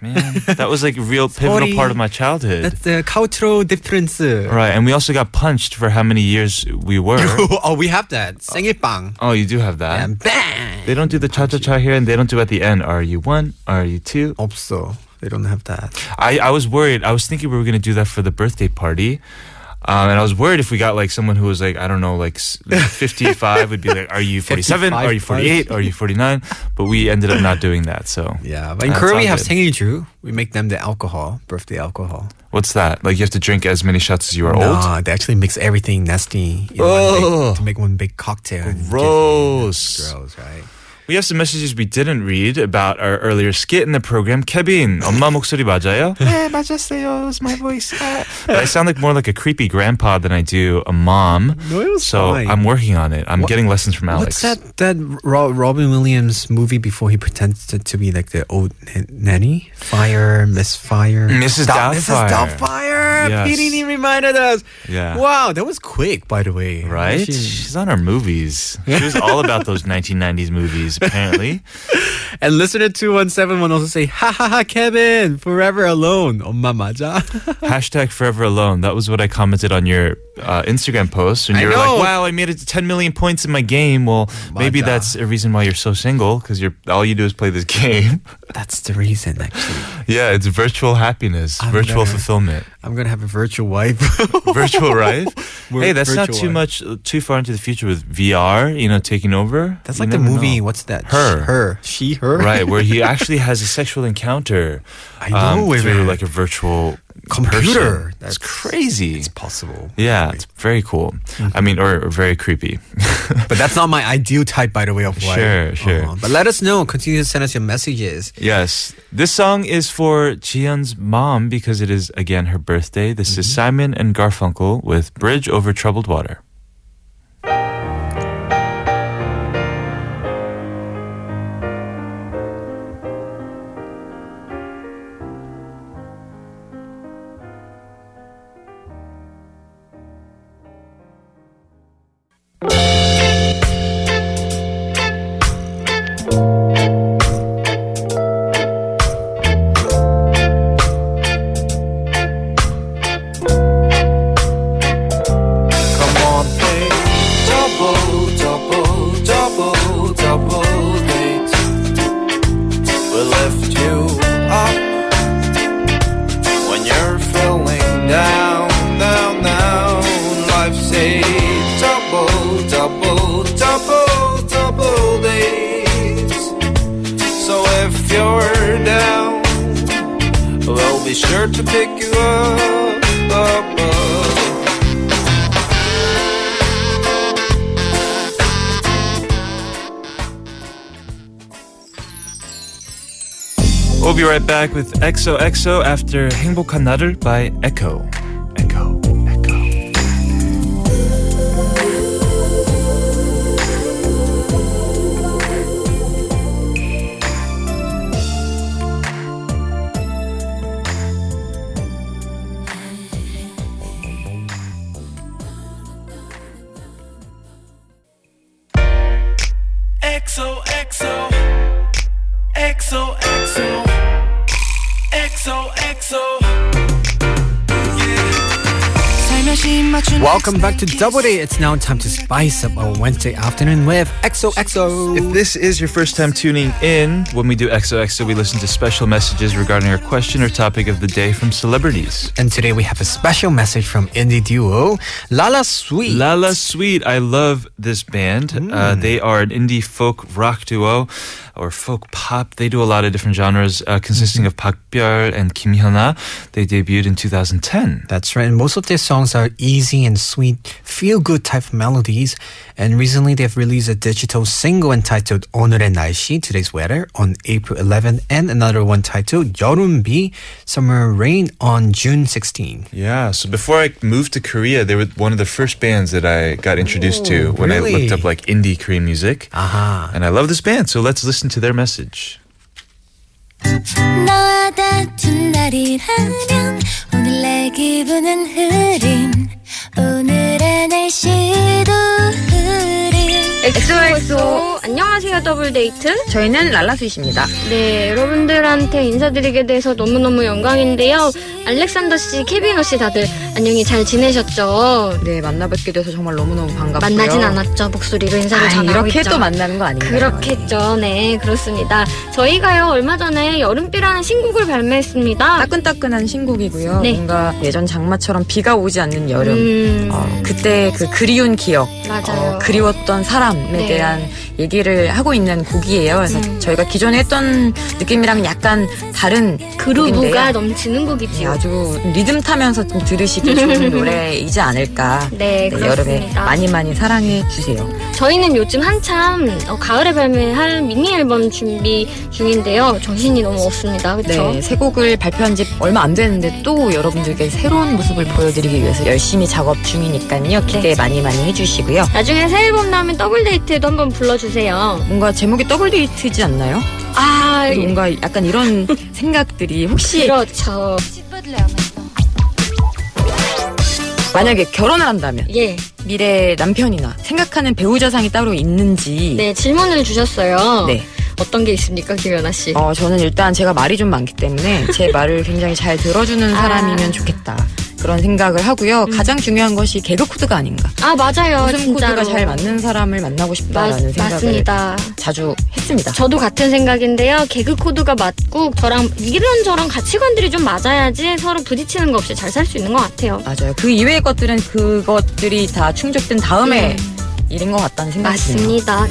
B: man. That was like a real
C: Sorry.
B: pivotal part of my childhood.
C: That's the cultural difference.
B: right, and we also got punched for how many years we were.
C: oh, we have that. 생일빵.
B: oh, you do have that.
C: And bang!
B: They don't do the cha cha cha here, and they don't do at the end. Are you one? Are you two?
C: 없어. They don't have that.
B: I, I was worried. I was thinking we were going to do that for the birthday party. Um, and I was worried if we got like someone who was like, I don't know, like s- 55 would be like, are you 47? Are you 48? Are you 49? But we ended up not doing that. So,
C: Yeah, but in
B: That's
C: Korea we
B: all
C: have
B: good.
C: 생일주. We make them the alcohol, birthday alcohol.
B: what's that? Like, you have to drink as many shots as you are old?
C: Nah, they actually mix everything nasty in one
B: Oh.
C: big, to make one big cocktail. and give them-
B: Gross.
C: Gross, right?
B: We have some messages we didn't read about our earlier skit in the program. Kevin, 엄마 목소리 맞아요? 네, 맞았어요. It's my voice.
C: Ah.
B: but I sound like more like a creepy grandpa than I do a mom.
C: No, it was
B: so
C: fine.
B: I'm working on it. I'm getting lessons from Alex.
C: What's that that Ro- Robin Williams movie before he pretends to, to be like the old n- nanny? Fire, Miss Fire.
B: Mrs.
C: Da-
B: Doubtfire.
C: Mrs. Doubtfire.
B: Yes.
C: PDD reminded us.
B: Yeah.
C: Wow, that was quick, by the way.
B: Right?
C: She-
B: She's on her movies. She was all about those 1990s movies, apparently.
C: And listener 2171 also say, ha ha ha, Kevin, forever alone. Oh, 엄마 맞아?
B: Hashtag forever alone. That was what I commented on your uh, Instagram post. And
C: I
B: you were
C: know.
B: like, wow, I made it to 10 million points in my game. Well, maybe
C: Maja.
B: that's a reason why you're so single because you're all you do is play this game.
C: That's the reason, actually.
B: yeah, it's virtual happiness,
C: I'm
B: virtual
C: gonna-
B: fulfillment,
C: I'm going to have a virtual wife.
B: virtual right?
C: We're
B: hey, that's not
C: virtual
B: too
C: life.
B: much, uh, too far into the future with VR, you know, taking over.
C: That's
B: You
C: like the
B: never
C: movie.
B: know.
C: What's that?
B: Her.
C: Her. She, her.
B: right, where he actually has a sexual encounter um,
C: I know, wait,
B: through
C: man.
B: like a virtual
C: Computer.
B: person. It's
C: That's-
B: crazy.
C: It's possible.
B: yeah, it's very cool. I mean, or, or very creepy.
C: But that's not my ideal type, by the way, of wife.
B: Sure,
C: Uh-huh.
B: sure.
C: But let us know. Continue to send us your messages.
B: yes, this song is for Jiyeon's mom because it is again her birthday. This is Simon and Garfunkel with "Bridge Over Troubled Water."
F: Come on, babe. Double, double, double, double date. We lift you up when you're feeling down, down, down. Life's a double, double, double, double date. So if you're down, we'll be sure to pick you up, up, up.
B: We'll be right back with XOXO after 행복한 날을 by Echo. Echo, Echo.
F: XOXO XOXO XOXO
C: Welcome back to Double Day. It's now time to spice up our Wednesday afternoon with XOXO.
B: If this is your first time tuning in, when we do XOXO, we listen to special messages regarding our question or topic of the day from celebrities.
C: and today we have a special message from indie duo Lala Sweet.
B: Lala Sweet, I love this band. Uh, they are an indie folk rock duo or folk pop. They do a lot of different genres, uh, consisting of Park Byul and Kim Hyuna. They debuted in 2010.
C: That's right. And most of their songs are easy and sweet, feel good type of melodies. And recently they've released a digital single entitled 오늘의 날씨, today's weather, on April 11 and another one titled 여름비, summer rain on June 16.
B: Yeah, so before I moved to Korea, they were one of the first bands that I got introduced to when I
C: Oh, really?
B: looked up like indie Korean music.
C: Aha.
B: And I love this band, so let's listen to their message.
A: 너와 같은 날이라면 오늘 내 기분은 흐림 오늘의 날씨도 흐림
E: XOXO 안녕하세요
K: 안녕하세요 더블데이트 저희는 랄라스윗입니다 네 여러분들한테 인사드리게 돼서 너무너무 영광인데요 알렉산더 씨, 케비너 씨 다들 안녕히 잘 지내셨죠?
L: 네 만나뵙게 돼서 정말 너무너무 반갑고요
K: 만나진 않았죠 목소리로 인사를
L: 아,
K: 전하고
L: 이렇게
K: 있죠.
L: 또 만나는 거 아닌가요?
K: 그렇겠죠 네 그렇습니다 저희가요 얼마 전에 여름비라는 신곡을 발매했습니다
L: 따끈따끈한 신곡이고요
K: 네.
L: 뭔가 예전 장마처럼 비가 오지 않는 여름
K: 음,
L: 어, 그때 그 그리운 기억
K: 맞아요
L: 어, 그리웠던 사람에
K: 네. 음.
L: 대한 얘기를 하고 있는 곡이에요 그래서 저희가 기존에 했던 느낌이랑 약간 다른
K: 그루브가
L: 곡인데요. 네,
K: 넘치는 곡이지요
L: 아주 리듬 타면서 좀 들으시기 좋은 노래이지 않을까
K: 음. 네, 그렇습니다.
L: 여름에 많이 많이 사랑해 주세요
K: 저희는 요즘 한참 어, 가을에 발매할 미니 앨범 준비 중인데요. 정신이 너무 없습니다. 그렇죠?
L: 네, 새 곡을 발표한 지 얼마 안 됐는데 또 여러분들께 새로운 모습을 보여드리기 위해서 열심히 작업 중이니까요. 기대
K: 네.
L: 많이 많이 해주시고요.
K: 나중에 새 앨범 나오면 더블 데이트에도 한번 불러주세요.
L: 뭔가 제목이 더블 데이트지 않나요?
K: 아,
L: 뭔가 약간 이런 생각들이 혹시
K: 그렇죠.
L: 만약에 결혼을 한다면
K: 예.
L: 미래 남편이나 생각하는 배우자상이 따로 있는지
K: 네, 질문을 주셨어요.
L: 네.
K: 어떤 게 있습니까, 김연아 씨?
L: 어, 저는 일단 제가 말이 좀 많기 때문에 제 말을 굉장히 잘 들어주는
K: 아.
L: 사람이면 좋겠다. 그런 생각을
K: 음.
L: 하고요. 가장 중요한 것이 개그 코드가 아닌가.
K: 아, 맞아요.
L: 웃음
K: 진짜로.
L: 코드가 잘 맞는 사람을 만나고 싶다라는
K: 맞-
L: 생각을
K: 맞습니다.
L: 자주 했습니다.
K: 저도 같은 생각인데요. 개그 코드가 맞고 저랑 이런 저런 가치관들이 좀 맞아야지 서로 부딪히는 거 없이 잘 살 수 있는 것 같아요.
L: 맞아요. 그 이외의 것들은 그것들이 다 충족된 다음에 일인 것 같다는 생각이 듭니다.
K: 맞습니다.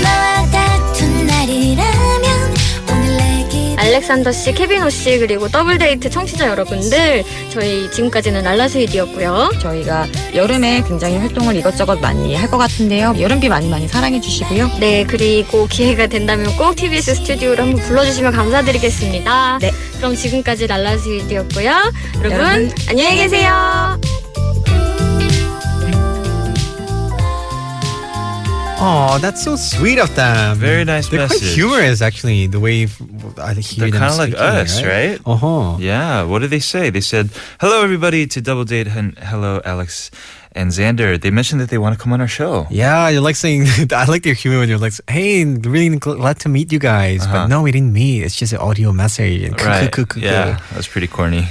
A: 너와 다툰 날이라면 오늘 내기
K: 알렉산더 씨, 케비노 씨 그리고 더블 데이트 청취자 여러분들 저희 지금까지는 랄라스윗이었고요.
L: 저희가 여름에 굉장히 활동을 이것저것 많이 할 것 같은데요. 여름비 많이 많이 사랑해 주시고요.
K: 네 그리고 기회가 된다면 꼭 TBS 스튜디오로 한번 불러주시면 감사드리겠습니다. 네. 그럼 지금까지 랄라스윗이었고요. 여러분,
L: 여러분,
K: 안녕히 계세요.
C: Oh, that's so sweet of them.
B: Very nice
C: They're
B: message.
C: quite humorous, actually. The way I hear
B: They're
C: them
B: kind of like
C: speaking,
B: us, right?
C: Uh huh.
B: Yeah. What did they say? They said, "Hello, everybody," to Double Date and hello, Alex and Xander. They mentioned that they want to come on our show.
C: Yeah, you're like saying, I like their humor when you're like, hey, really gl- glad to meet you guys. But
B: Uh-huh.
C: no, we didn't meet. It's just an audio message.
B: Right? Yeah, that's pretty corny.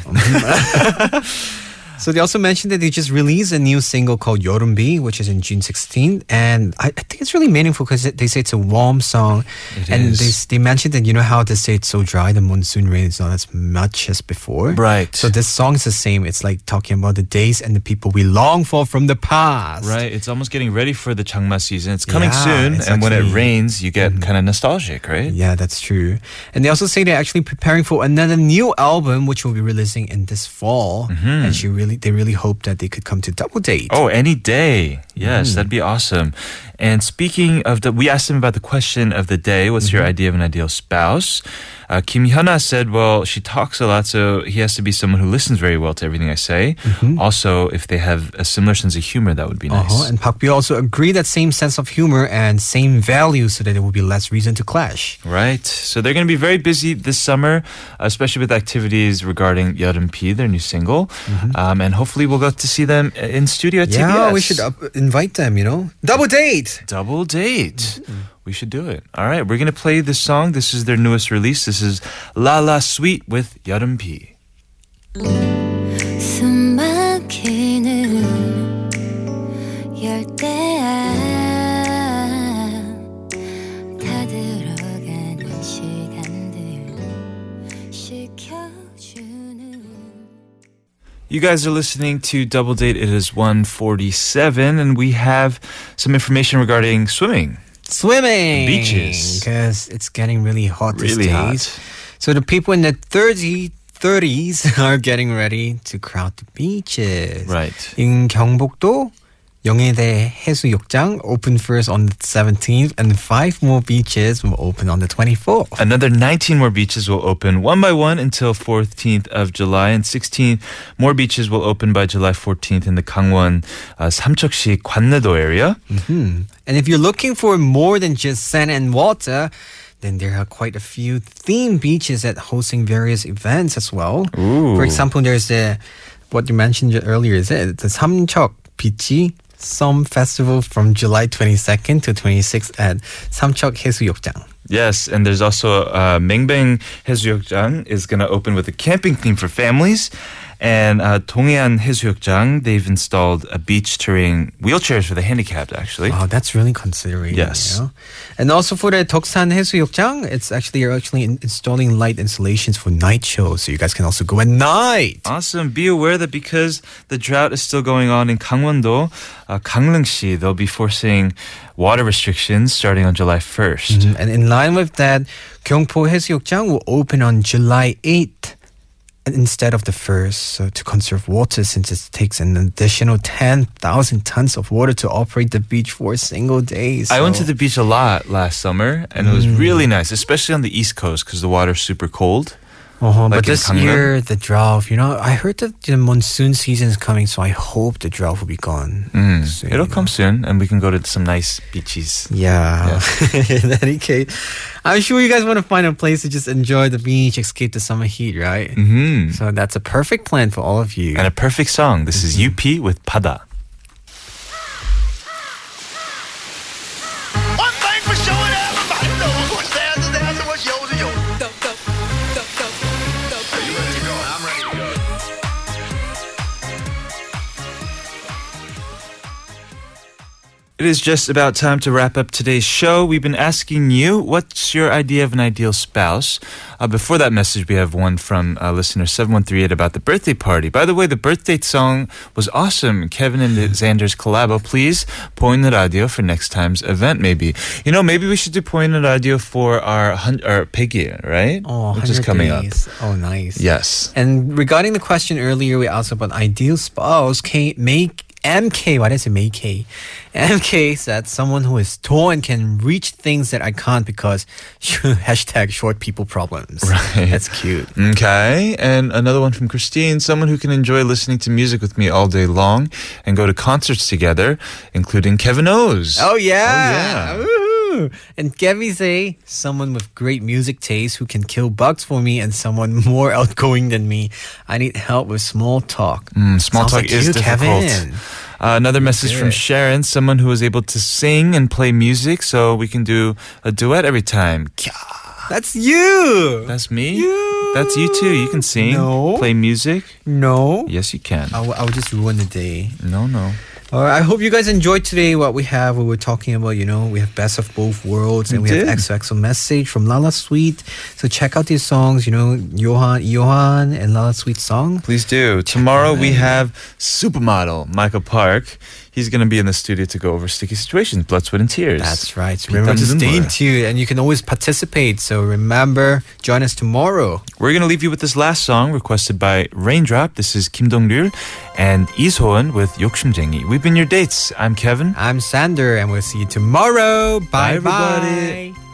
C: So they also mentioned that they just released a new single called Yorumbi, which is in June 16th. And I, I think it's really meaningful because they say it's a warm song.
B: It
C: and
B: is.
C: They, s- they mentioned that, you know how they say it's so dry, the monsoon rain is not as much as before.
B: Right.
C: So this song is the same. It's like talking about the days and the people we long for from the past.
B: Right, it's almost getting ready for the Changma season. It's coming
C: Yeah,
B: soon,
C: it's
B: and when it
C: actually- Mm-hmm.
B: rains, you get kind of nostalgic, right?
C: Yeah, that's true. And they also say they're actually preparing for another new album, which will be releasing in this fall. And she really, they really hope that they could come to double date.
B: Mm-hmm. Oh, any day. Yes, that'd
C: Mm.
B: be awesome. And speaking of the, we asked him about the question of the day. What's
C: Mm-hmm.
B: your idea of an ideal spouse? Uh, Kim Hyuna said, well, she talks a lot, so he has to be someone who listens very well to everything I say. Also, if they have a similar sense of humor, that would be nice.
C: Mm-hmm. Uh-huh. And Park Byu also agree that same sense of humor and same values, so that there will be less reason to clash.
B: Right. So they're going to be very busy this summer, especially with activities regarding Yeorim P, their new single. Um, and hopefully we'll get to see them uh, in studio at
C: Mm-hmm. Yeah,
B: TBS.
C: we should up- invite them. You know, double date.
B: Double date. We should do it. All right. We're going to play this song. This is their newest release. This is La La Sweet with Yeorim P.
A: 숨 막히는 열대 안다 들어가는 시간들 시켜주는
B: You guys are listening to Double Date. It is 147, and we have some information regarding swimming.
C: Swimming
B: Beaches.
C: because it's getting really hot
B: Really
C: these
B: hot.
C: days. So the people in the 30, 30s are getting ready to crowd the beaches.
B: Right.
C: In 경복도 영해대 해수욕장 open first on the 17th and five more beaches will open on the 24th.
B: Another 19 more beaches will open one by one until 14th of July, and 16 more beaches will open by July 14th in the Gangwon uh, Samcheokshi Gwannedo area.
C: Hmm. And if you're looking for more than just sand and water, then there are quite a few theme beaches that hosting various events as well.
B: Ooh.
C: For example, there's the what you mentioned earlier is it the Samcheok Beach Some Festival from July 22nd to 26th at Samcheok 해수욕장.
B: Yes, and there's also uh, Mengbeng 해수욕장 is going to open with a camping theme for families. And uh, Dongyeon 해수욕장, they've installed a beach terrain wheelchairs for the handicapped, actually.
C: Wow, that's really considering.
B: Yes.
C: you know. And also for the Doksan 해수욕장, it's actually you're actually in- installing light installations for night shows, so you guys can also go at night.
B: Awesome. Be aware that because the drought is still going on in Gangwon-do, uh, Gangneung-si, they'll be forcing water restrictions starting on July 1st.
C: Mhm. And in line with that, Gyeongpo 해수욕장 will open on July 8th instead of the first so to conserve water since it takes an additional 10,000 tons of water to operate the beach for a single day.
B: I went to
C: so-
B: the beach a lot last summer, and it was really nice, especially on the East Coast because the water's super cold.
C: Uh-huh,
B: like
C: but
B: in
C: this
B: Gangneung.
C: year, the drought, you know, I heard that the monsoon season is coming, so I hope the drought will be gone.
B: Mm.
C: soon.
B: It'll come soon, and we can go to some nice beaches.
C: Yeah. in any case, I'm sure you guys want to find a place to just enjoy the beach, escape the summer heat, right?
B: Mm-hmm.
C: So that's a perfect plan for all of you.
B: And a perfect song. This is UP with Pada.
F: One thing for sure, everybody knows what's theirs is theirs and what's yours is yours. Are you ready to go? I'm ready to go.
B: It is just about time to wrap up today's show. We've been asking you, what's your idea of an ideal spouse? Uh, before that message, we have one from uh, listener 7138 about the birthday party. By the way, the birthday song was awesome. Kevin and Xander's collabo. Please, Point Radio for next time's event, maybe. You know, maybe we should do Point Radio for our, hun- our Peggy, right?
C: Oh,
B: Which is coming up.
C: up. Oh, nice.
B: Yes.
C: And regarding the question earlier, we asked about ideal spouse. K, May, MK, why did I say May K? MK said someone who is tall and can reach things that I can't because hashtag short people problems. Right. That's cute.
B: Okay. And another one from Christine someone who can enjoy listening to music with me all day long and go to concerts together, including Kevin O's.
C: Oh yeah.
B: Oh, yeah.
C: Woohoo. And Kevin say someone with great music taste who can kill bugs for me and someone more outgoing than me. I need help with small talk.
B: Mm, small
C: Sounds
B: talk
C: like
B: is
C: you,
B: difficult.
C: Kevin.
B: Uh, another message from
C: it.
B: Sharon, someone who is able to sing and play music, so we can do a duet every time. Kya.
C: That's you.
B: That's me. That's you too. You can sing,
C: No. Oh.
B: play music.
C: No.
B: Yes, you can.
C: I will, I will just ruin the day.
B: No, no.
C: All right, I hope you guys enjoyed today what we have. We were talking about, you know, we have best of both worlds and
B: We
C: we
B: did.
C: have XOXO message from Lala Sweet. So check out these songs, you know, Johan, Johan and Lala Sweet song.
B: Please do. Tomorrow we have supermodel Michael Park. He's going to be in the studio to go over sticky situations, blood, sweat, and tears.
C: That's right.
B: Beat
C: Remember
B: them
C: to
B: to
C: stay
B: more.
C: tuned and you can always participate. So remember, join us tomorrow.
B: We're going to leave you with this last song requested by Raindrop. This is Kim Dong-ryul and Isoon with 욕심쟁이. We've been your dates. I'm Kevin.
C: I'm Sander and we'll see you tomorrow. Bye bye.
B: Bye, everybody.